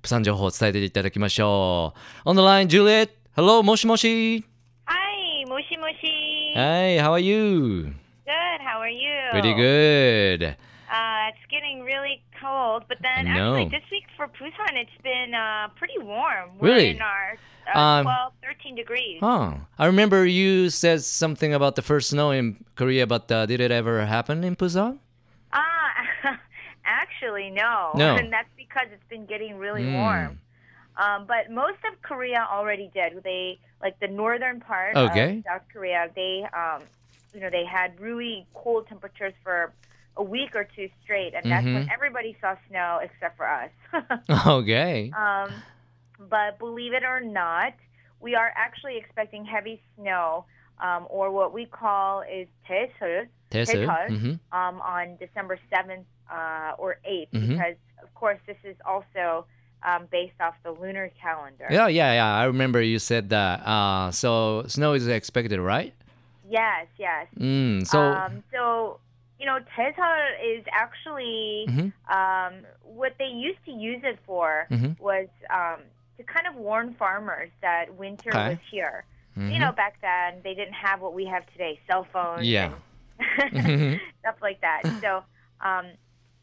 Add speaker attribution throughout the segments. Speaker 1: プさん情報を伝えていただきましょう。On the line, Juliet. Hello, もしもし。
Speaker 2: Hi, Moshi Moshi.
Speaker 1: Hey, how are you?
Speaker 2: Good, how are you?
Speaker 1: Pretty good.
Speaker 2: Uh, it's getting really cold, but then
Speaker 1: I know.
Speaker 2: actually this week for Busan, it's been uh, pretty warm.
Speaker 1: Really?
Speaker 2: We're in our
Speaker 1: Um,
Speaker 2: uh, 12, 13 degrees.
Speaker 1: Oh, I remember you said something about the first snow in Korea, but uh, did it ever happen in Busan?
Speaker 2: Ah, actually, no.
Speaker 1: No. Hmm.
Speaker 2: And that's because it's been getting really warm. Um, but most of Korea already did. They like the northern part
Speaker 1: Okay.
Speaker 2: of South Korea. They, um, you know, they had really cold temperatures for a week or two straight, and that's
Speaker 1: Mm-hmm.
Speaker 2: when everybody saw snow except for us.
Speaker 1: Okay.
Speaker 2: um, but believe it or not, we are actually expecting heavy snow, um, or what we call is 대설,
Speaker 1: Tessa.
Speaker 2: Taeseol,
Speaker 1: Mhm.
Speaker 2: um, on December 7th uh, or 8th,
Speaker 1: Mhm.
Speaker 2: because, of course, this is also um, based off the lunar calendar.
Speaker 1: Yeah, yeah, yeah. I remember you said that. Uh, so snow is expected, right?
Speaker 2: Yes, yes.
Speaker 1: Mm, so,
Speaker 2: um, so, you know, Teseol is actually
Speaker 1: Mhm.
Speaker 2: um, what they used to use it for
Speaker 1: Mhm.
Speaker 2: was um, to kind of warn farmers that winter
Speaker 1: Okay.
Speaker 2: was here.
Speaker 1: mhm.
Speaker 2: You know, back then they didn't have what we have today cell phones.
Speaker 1: yeah.
Speaker 2: and-
Speaker 1: Mhm.
Speaker 2: stuff like that. So um,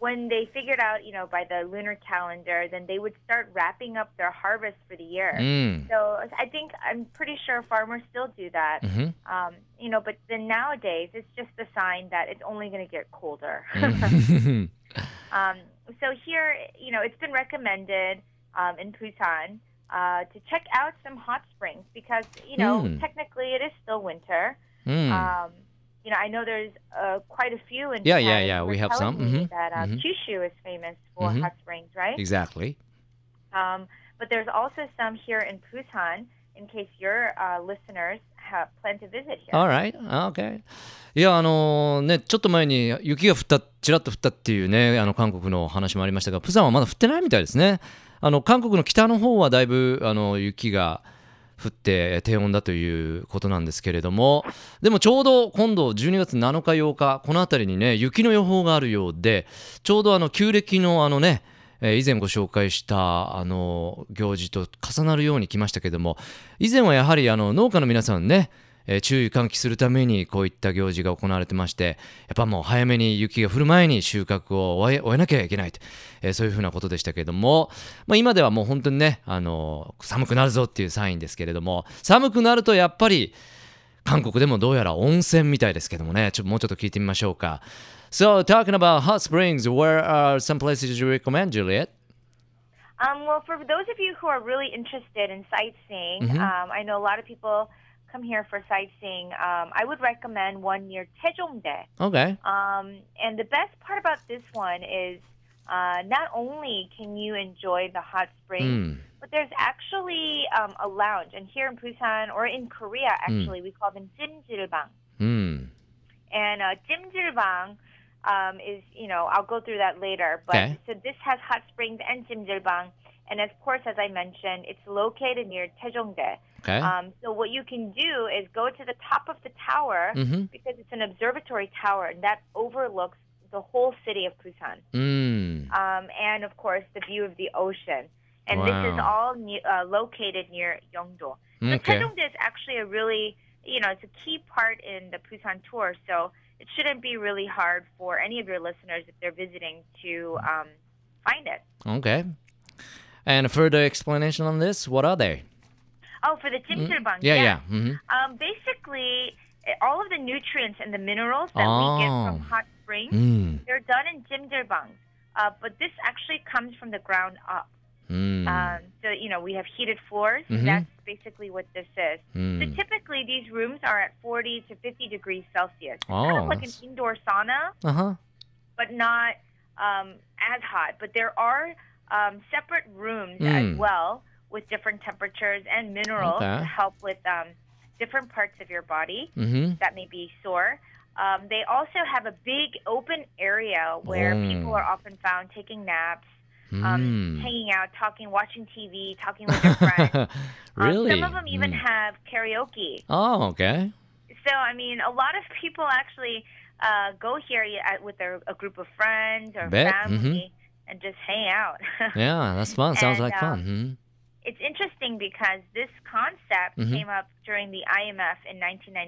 Speaker 2: when they figured out, you know, by the lunar calendar, then they would start wrapping up their harvest for the year.
Speaker 1: Mm,
Speaker 2: So I think I'm pretty sure farmers still do that.
Speaker 1: mhm.
Speaker 2: Um, you know, but then nowadays it's just a sign that it's only going to get colder.
Speaker 1: Mhm.
Speaker 2: Um, so here, you know, it's been recommended um, in Busan uh, to check out some hot springs because, you know,
Speaker 1: Mm.
Speaker 2: technically it is still winter.
Speaker 1: Mm.
Speaker 2: Um, you know, I know there's uh, quite a few in
Speaker 1: Yeah,
Speaker 2: Japan.
Speaker 1: yeah, yeah,
Speaker 2: You were
Speaker 1: we have
Speaker 2: telling
Speaker 1: some.
Speaker 2: me
Speaker 1: Mhm,
Speaker 2: That uh,
Speaker 1: mhm.
Speaker 2: Kyushu is famous for
Speaker 1: Mhm.
Speaker 2: hot springs, right?
Speaker 1: exactly.
Speaker 2: Um, but there's also some here in Busan. In case your uh, listeners have plan to visit here.
Speaker 1: Alright, okay. いやあのねちょっと前に雪が降ったちらっと降ったっていうねあの韓国の話もありましたがプサンはまだ降ってないみたいですねあの韓国の北の方はだいぶあの雪が降って低温だということなんですけれどもでもちょうど今度12月7日8日この辺りにね雪の予報があるようでちょうどあの旧暦のあのねえー以前ご紹介したあの行事と重なるように来ましたけども以前はやはりあの農家の皆さんね、えー注意喚起するためにこういった行事が行われてましてやっぱもう早めに雪が降る前に収穫を終え終えなきゃいけないと、えーそういうふうなことでしたけども、まあ、今ではもう本当にねあの寒くなるぞっていうサインですけれども寒くなるとやっぱり韓国でもどうやら温泉みたいですけどもねちょもうちょっと聞いてみましょうか So talking about hot springs where are some places you recommend Juliet?
Speaker 2: Um, well, for those of you who are really interested in sightseeing,
Speaker 1: Mhm.
Speaker 2: um, I know a lot of people come here for sightseeing. Um, I would recommend one near Taejongdae.
Speaker 1: Okay
Speaker 2: Um, and the best part about this one is uh, not only can you enjoy the hot springs,
Speaker 1: うん
Speaker 2: but there's actually um, a lounge. And here in Busan or in Korea,
Speaker 1: Hmm.
Speaker 2: actually, we call them jimjilbang.
Speaker 1: うん、
Speaker 2: And uh, jimjilbang um, is, you know, I'll go through that later. But
Speaker 1: Okay.
Speaker 2: so this has hot springs and jimjilbang. And of course, as I mentioned, it's located near Taejongdae.
Speaker 1: okay.
Speaker 2: Um, so what you can do is go to the top of the tower
Speaker 1: うんふん
Speaker 2: because it's an observatory tower and that overlooks the whole city of Busan.
Speaker 1: うん、
Speaker 2: Um, and of course, the view of the ocean. And this is
Speaker 1: Wow.
Speaker 2: all ne- uh, located near Yeongdo. So
Speaker 1: Okay.
Speaker 2: Taedongdae is actually a really, you know, it's a key part in the Busan tour. So it shouldn't be really hard for any of your listeners if they're visiting to um, find it.
Speaker 1: Okay. And further explanation on this, what are they?
Speaker 2: Oh, for the Jimjilbang.
Speaker 1: Mm-hmm. Yeah, yeah. mhm.
Speaker 2: Um, basically, eh, all of the nutrients and the minerals that we get from
Speaker 1: Oh.
Speaker 2: hot springs.
Speaker 1: Mm,
Speaker 2: They're done in jimjilbangs, uh, but this actually comes from the ground up.
Speaker 1: mm,
Speaker 2: Um, so, you know, we have heated floors.
Speaker 1: Mhm.
Speaker 2: That's basically what this is. So
Speaker 1: mm.
Speaker 2: typically, these rooms are at 40 to 50 degrees Celsius. It's kind
Speaker 1: Oh,
Speaker 2: of like an
Speaker 1: that's-
Speaker 2: indoor sauna,
Speaker 1: Uh huh.
Speaker 2: but not um, as hot. But there are um, separate rooms
Speaker 1: Mm.
Speaker 2: as well with different temperatures and minerals
Speaker 1: Okay.
Speaker 2: to help with um, different parts of your body
Speaker 1: Mm
Speaker 2: that may be sore. Um, they also have a big open area where
Speaker 1: Oh.
Speaker 2: people are often found taking naps,
Speaker 1: hmm.
Speaker 2: um, hanging out, talking, watching TV, talking with their friends.
Speaker 1: Mm. really?
Speaker 2: Um, some of them even
Speaker 1: Mm.
Speaker 2: have karaoke.
Speaker 1: Oh, okay.
Speaker 2: So, I mean, a lot of people actually uh, go here y- at- with their, a group of friends or
Speaker 1: Bet. Mm-hmm.
Speaker 2: family and just hang out.
Speaker 1: Yeah, that's fun. Sounds
Speaker 2: And,
Speaker 1: like fun.
Speaker 2: um,
Speaker 1: Mhm.
Speaker 2: it's interesting because this concept
Speaker 1: Mhm.
Speaker 2: came up during the IMF in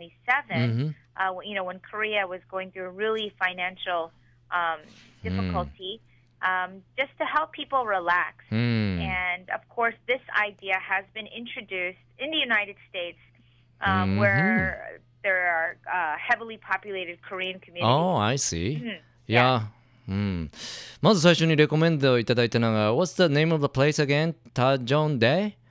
Speaker 2: 1997.
Speaker 1: Mhm.
Speaker 2: Uh, you know, when Korea was going through really financial
Speaker 1: Mm.
Speaker 2: um, difficulty, um, just to help people relax.
Speaker 1: Mm.
Speaker 2: And of course, this idea has been introduced in the United States, um, where there are uh, heavily populated Korean communities.
Speaker 1: Oh, I see.
Speaker 2: Mhm.
Speaker 1: Yeah. うん、まず最初にレコメンドいただいたのが、What's the name of the place again? タジョンデイ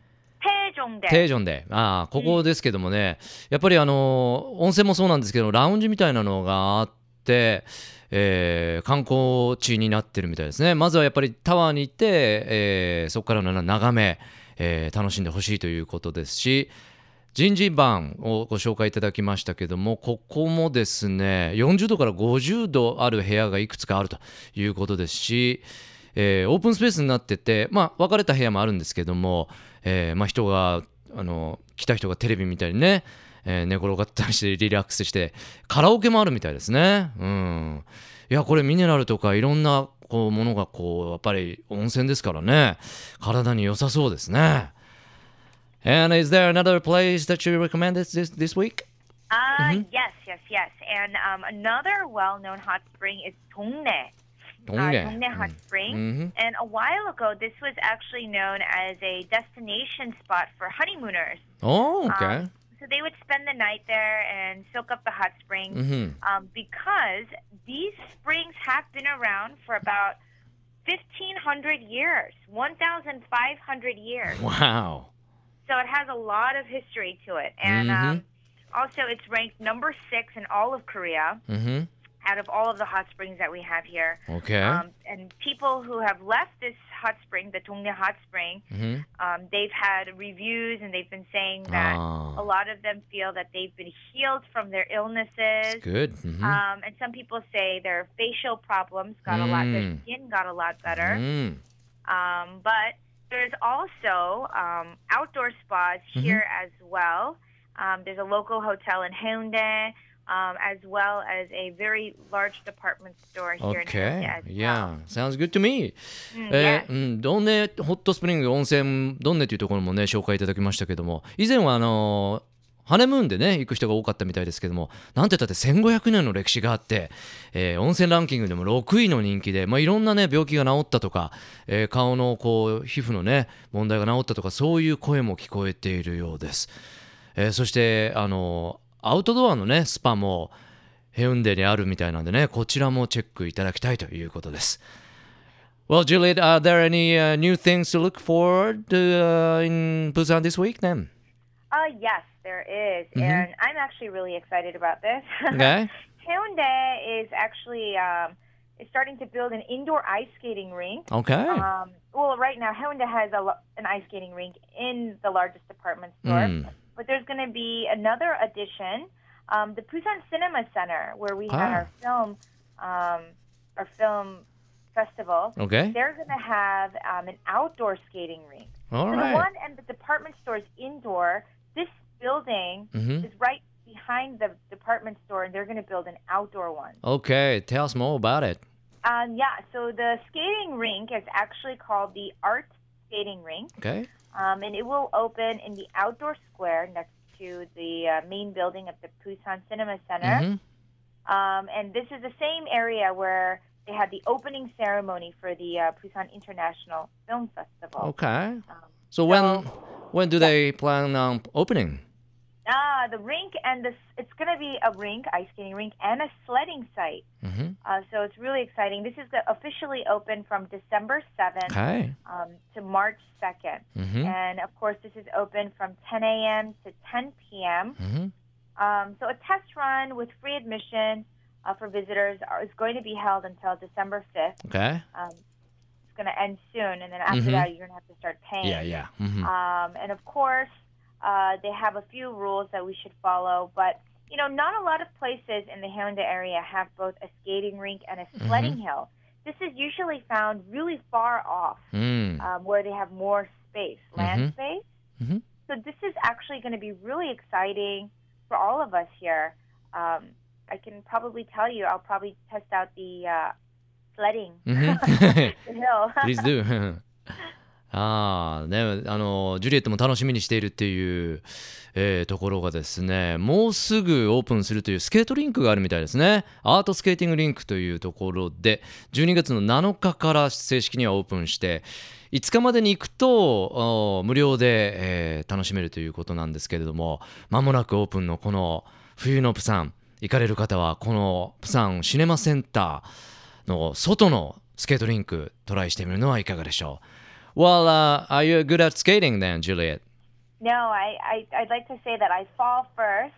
Speaker 2: Taejongdae.
Speaker 1: テージョンデイ。ああ、ここですけどもね、やっぱりあの、温泉もそうなんですけど、ラウンジみたいなのがあって、えー観光地になってるみたいですね。まずはやっぱりタワーに行って、えーそこからの眺め、えー楽しんでほしいということですし、人事番をご紹介いただきましたけどもここもですね40度から50度ある部屋がいくつかあるということですし、えーオープンスペースになってて、まあ、分かれた部屋もあるんですけども、えーまあ、人があの来た人がテレビ見たりね、えー寝転がったりしてリラックスしてカラオケもあるみたいですね。うん、いやこれミネラルとかいろんなこうものがこうやっぱり温泉ですからね体に良さそうですね。And is there another place that you recommended this this week?
Speaker 2: Uh, Yes, yes, yes. And um, another well-known hot spring is Dongnae.
Speaker 1: Dongnae.
Speaker 2: Uh, Dongnae Hot Spring.
Speaker 1: Mhm.
Speaker 2: And a while ago, this was actually known as a destination spot for honeymooners.
Speaker 1: Oh, okay.
Speaker 2: Um, so they would spend the night there and soak up the hot springs
Speaker 1: Mhm.
Speaker 2: um, because these springs have been around for about 1,500 years, 1,500 years.
Speaker 1: Wow.
Speaker 2: So it has a lot of history to it. And
Speaker 1: Mhm.
Speaker 2: um, also, it's ranked number six in all of Korea
Speaker 1: Mhm.
Speaker 2: out of all of the hot springs that we have here.
Speaker 1: Okay.
Speaker 2: Um, and people who have left this hot spring, the Tongnae hot spring,
Speaker 1: Mhm.
Speaker 2: um, they've had reviews and they've been saying that
Speaker 1: Ah.
Speaker 2: a lot of them feel that they've been healed from their illnesses.
Speaker 1: Good. Mhm.
Speaker 2: Um, and some people say their facial problems got a lot, their
Speaker 1: Mm.
Speaker 2: skin got a lot better.
Speaker 1: Mm.
Speaker 2: Um, but there's also um, outdoor spas
Speaker 1: Mm-hmm.
Speaker 2: here as well. Um, there's a local hotel in Haeundae, um, as well as a very large department store here in Haeundae.
Speaker 1: Okay.
Speaker 2: as
Speaker 1: Yeah.
Speaker 2: well.
Speaker 1: Sounds good to me.
Speaker 2: Mm,
Speaker 1: え
Speaker 2: yes.
Speaker 1: ーうん、ドンネホットスプリング温泉ドンネというところもね紹介いただきましたけども以前はあのーハネムーンでね行く人が多かったみたいですけどもなんて言ったって1500年の歴史があって、えー温泉ランキングでも6位の人気で、まあ、いろんなね病気が治ったとか、えー顔のこう皮膚のね問題が治ったとかそういう声も聞こえているようです、えーそしてあのーアウトドアのねスパもヘウンデにあるみたいなんでねこちらもチェックいただきたいということです Well, Juliet, are there any uh, new things to look forward to uh, in Busan this week then?
Speaker 2: Uh, yes, there is. And I'm actually really excited about this.
Speaker 1: Mm-hmm. Okay.
Speaker 2: Haeundae is actually um, is starting to build an indoor ice skating rink.
Speaker 1: Okay.
Speaker 2: Um, well, right now, Haeundae has a, lo- an ice skating rink in the largest department store.
Speaker 1: Mm.
Speaker 2: But there's going to be another addition, um, the Busan Cinema Center, where we had
Speaker 1: Ah.
Speaker 2: our film, um, our film festival.
Speaker 1: Okay.
Speaker 2: They're going to have um, an outdoor skating rink.
Speaker 1: All
Speaker 2: So the
Speaker 1: right.
Speaker 2: one and the department store's indoor. This building
Speaker 1: Mhm.
Speaker 2: is right behind the department store, and they're going to build an outdoor one.
Speaker 1: Okay. Tell us more about it.
Speaker 2: Um, yeah, so the skating rink is actually called the Art Skating Rink,
Speaker 1: Okay.
Speaker 2: um, and it will open in the outdoor square next to the uh, main building of the Busan Cinema Center.
Speaker 1: Mhm.
Speaker 2: Um, and this is the same area where they had the opening ceremony for the uh, Busan International Film Festival.
Speaker 1: Okay.
Speaker 2: Um,
Speaker 1: So when when do they plan on opening?
Speaker 2: Ah, the rink and the s- it's going to be a rink, ice skating rink, and a sledding site.
Speaker 1: Mhm.
Speaker 2: Uh, so it's really exciting. This is the- officially open from December 7th
Speaker 1: Okay.
Speaker 2: um, to March 2nd.
Speaker 1: Mhm.
Speaker 2: And of course, this is open from 10 a.m. to 10 p.m.
Speaker 1: Mhm.
Speaker 2: Um, so a test run with free admission uh, for visitors are- is going to be held until December 5th.
Speaker 1: Okay.
Speaker 2: Um, it's going to end soon, and then after
Speaker 1: Mhm.
Speaker 2: that, you're going to have to start paying.
Speaker 1: Yeah. Yeah. Mhm.
Speaker 2: Um, and of course, uh, they have a few rules that we should follow. But you know, not a lot of places in the Haeundae area have both a skating rink and a sledding
Speaker 1: Mm-hmm.
Speaker 2: hill. This is usually found really far off,
Speaker 1: Mm.
Speaker 2: um, where they have more space, land
Speaker 1: Mhm.
Speaker 2: space.
Speaker 1: Mhm.
Speaker 2: So this is actually going to be really exciting for all of us here. Um, I can probably tell you, I'll probably test out the uh, sledding.
Speaker 1: Mhm.
Speaker 2: The hill.
Speaker 1: Please do. ああね、あのジュリエットも楽しみにしているっていう、えーところがですねもうすぐオープンするというスケートリンクがあるみたいですねアートスケーティングリンクというところで12月の7日から正式にはオープンして5日までに行くとお無料で、えー楽しめるということなんですけれどもまもなくオープンのこの冬のプサン行かれる方はこのプサンシネマセンターの外のスケートリンクトライしてみるのはいかがでしょう Well,、are uh, you good at skating then, Juliet?
Speaker 2: no, I, I I'd like to say that I fall first,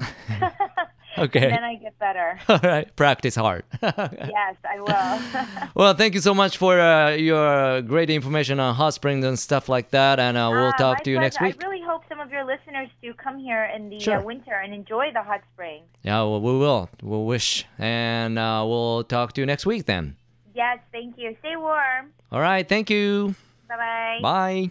Speaker 1: Okay.
Speaker 2: then I get better.
Speaker 1: All right. Practice hard.
Speaker 2: Yes, I will.
Speaker 1: well, thank you so much for uh, your great information on hot springs and stuff like that. And uh, we'll
Speaker 2: Ah,
Speaker 1: talk
Speaker 2: my
Speaker 1: to you next
Speaker 2: pleasure.
Speaker 1: week.
Speaker 2: I really hope some of your listeners do come here in the
Speaker 1: Sure.
Speaker 2: uh, winter and enjoy the hot springs.
Speaker 1: Yeah, well, we will. We'll wish. And uh, we'll talk to you next week then.
Speaker 2: Yes, thank you. Stay warm.
Speaker 1: All right. Thank you.
Speaker 2: Bye bye.
Speaker 1: Bye.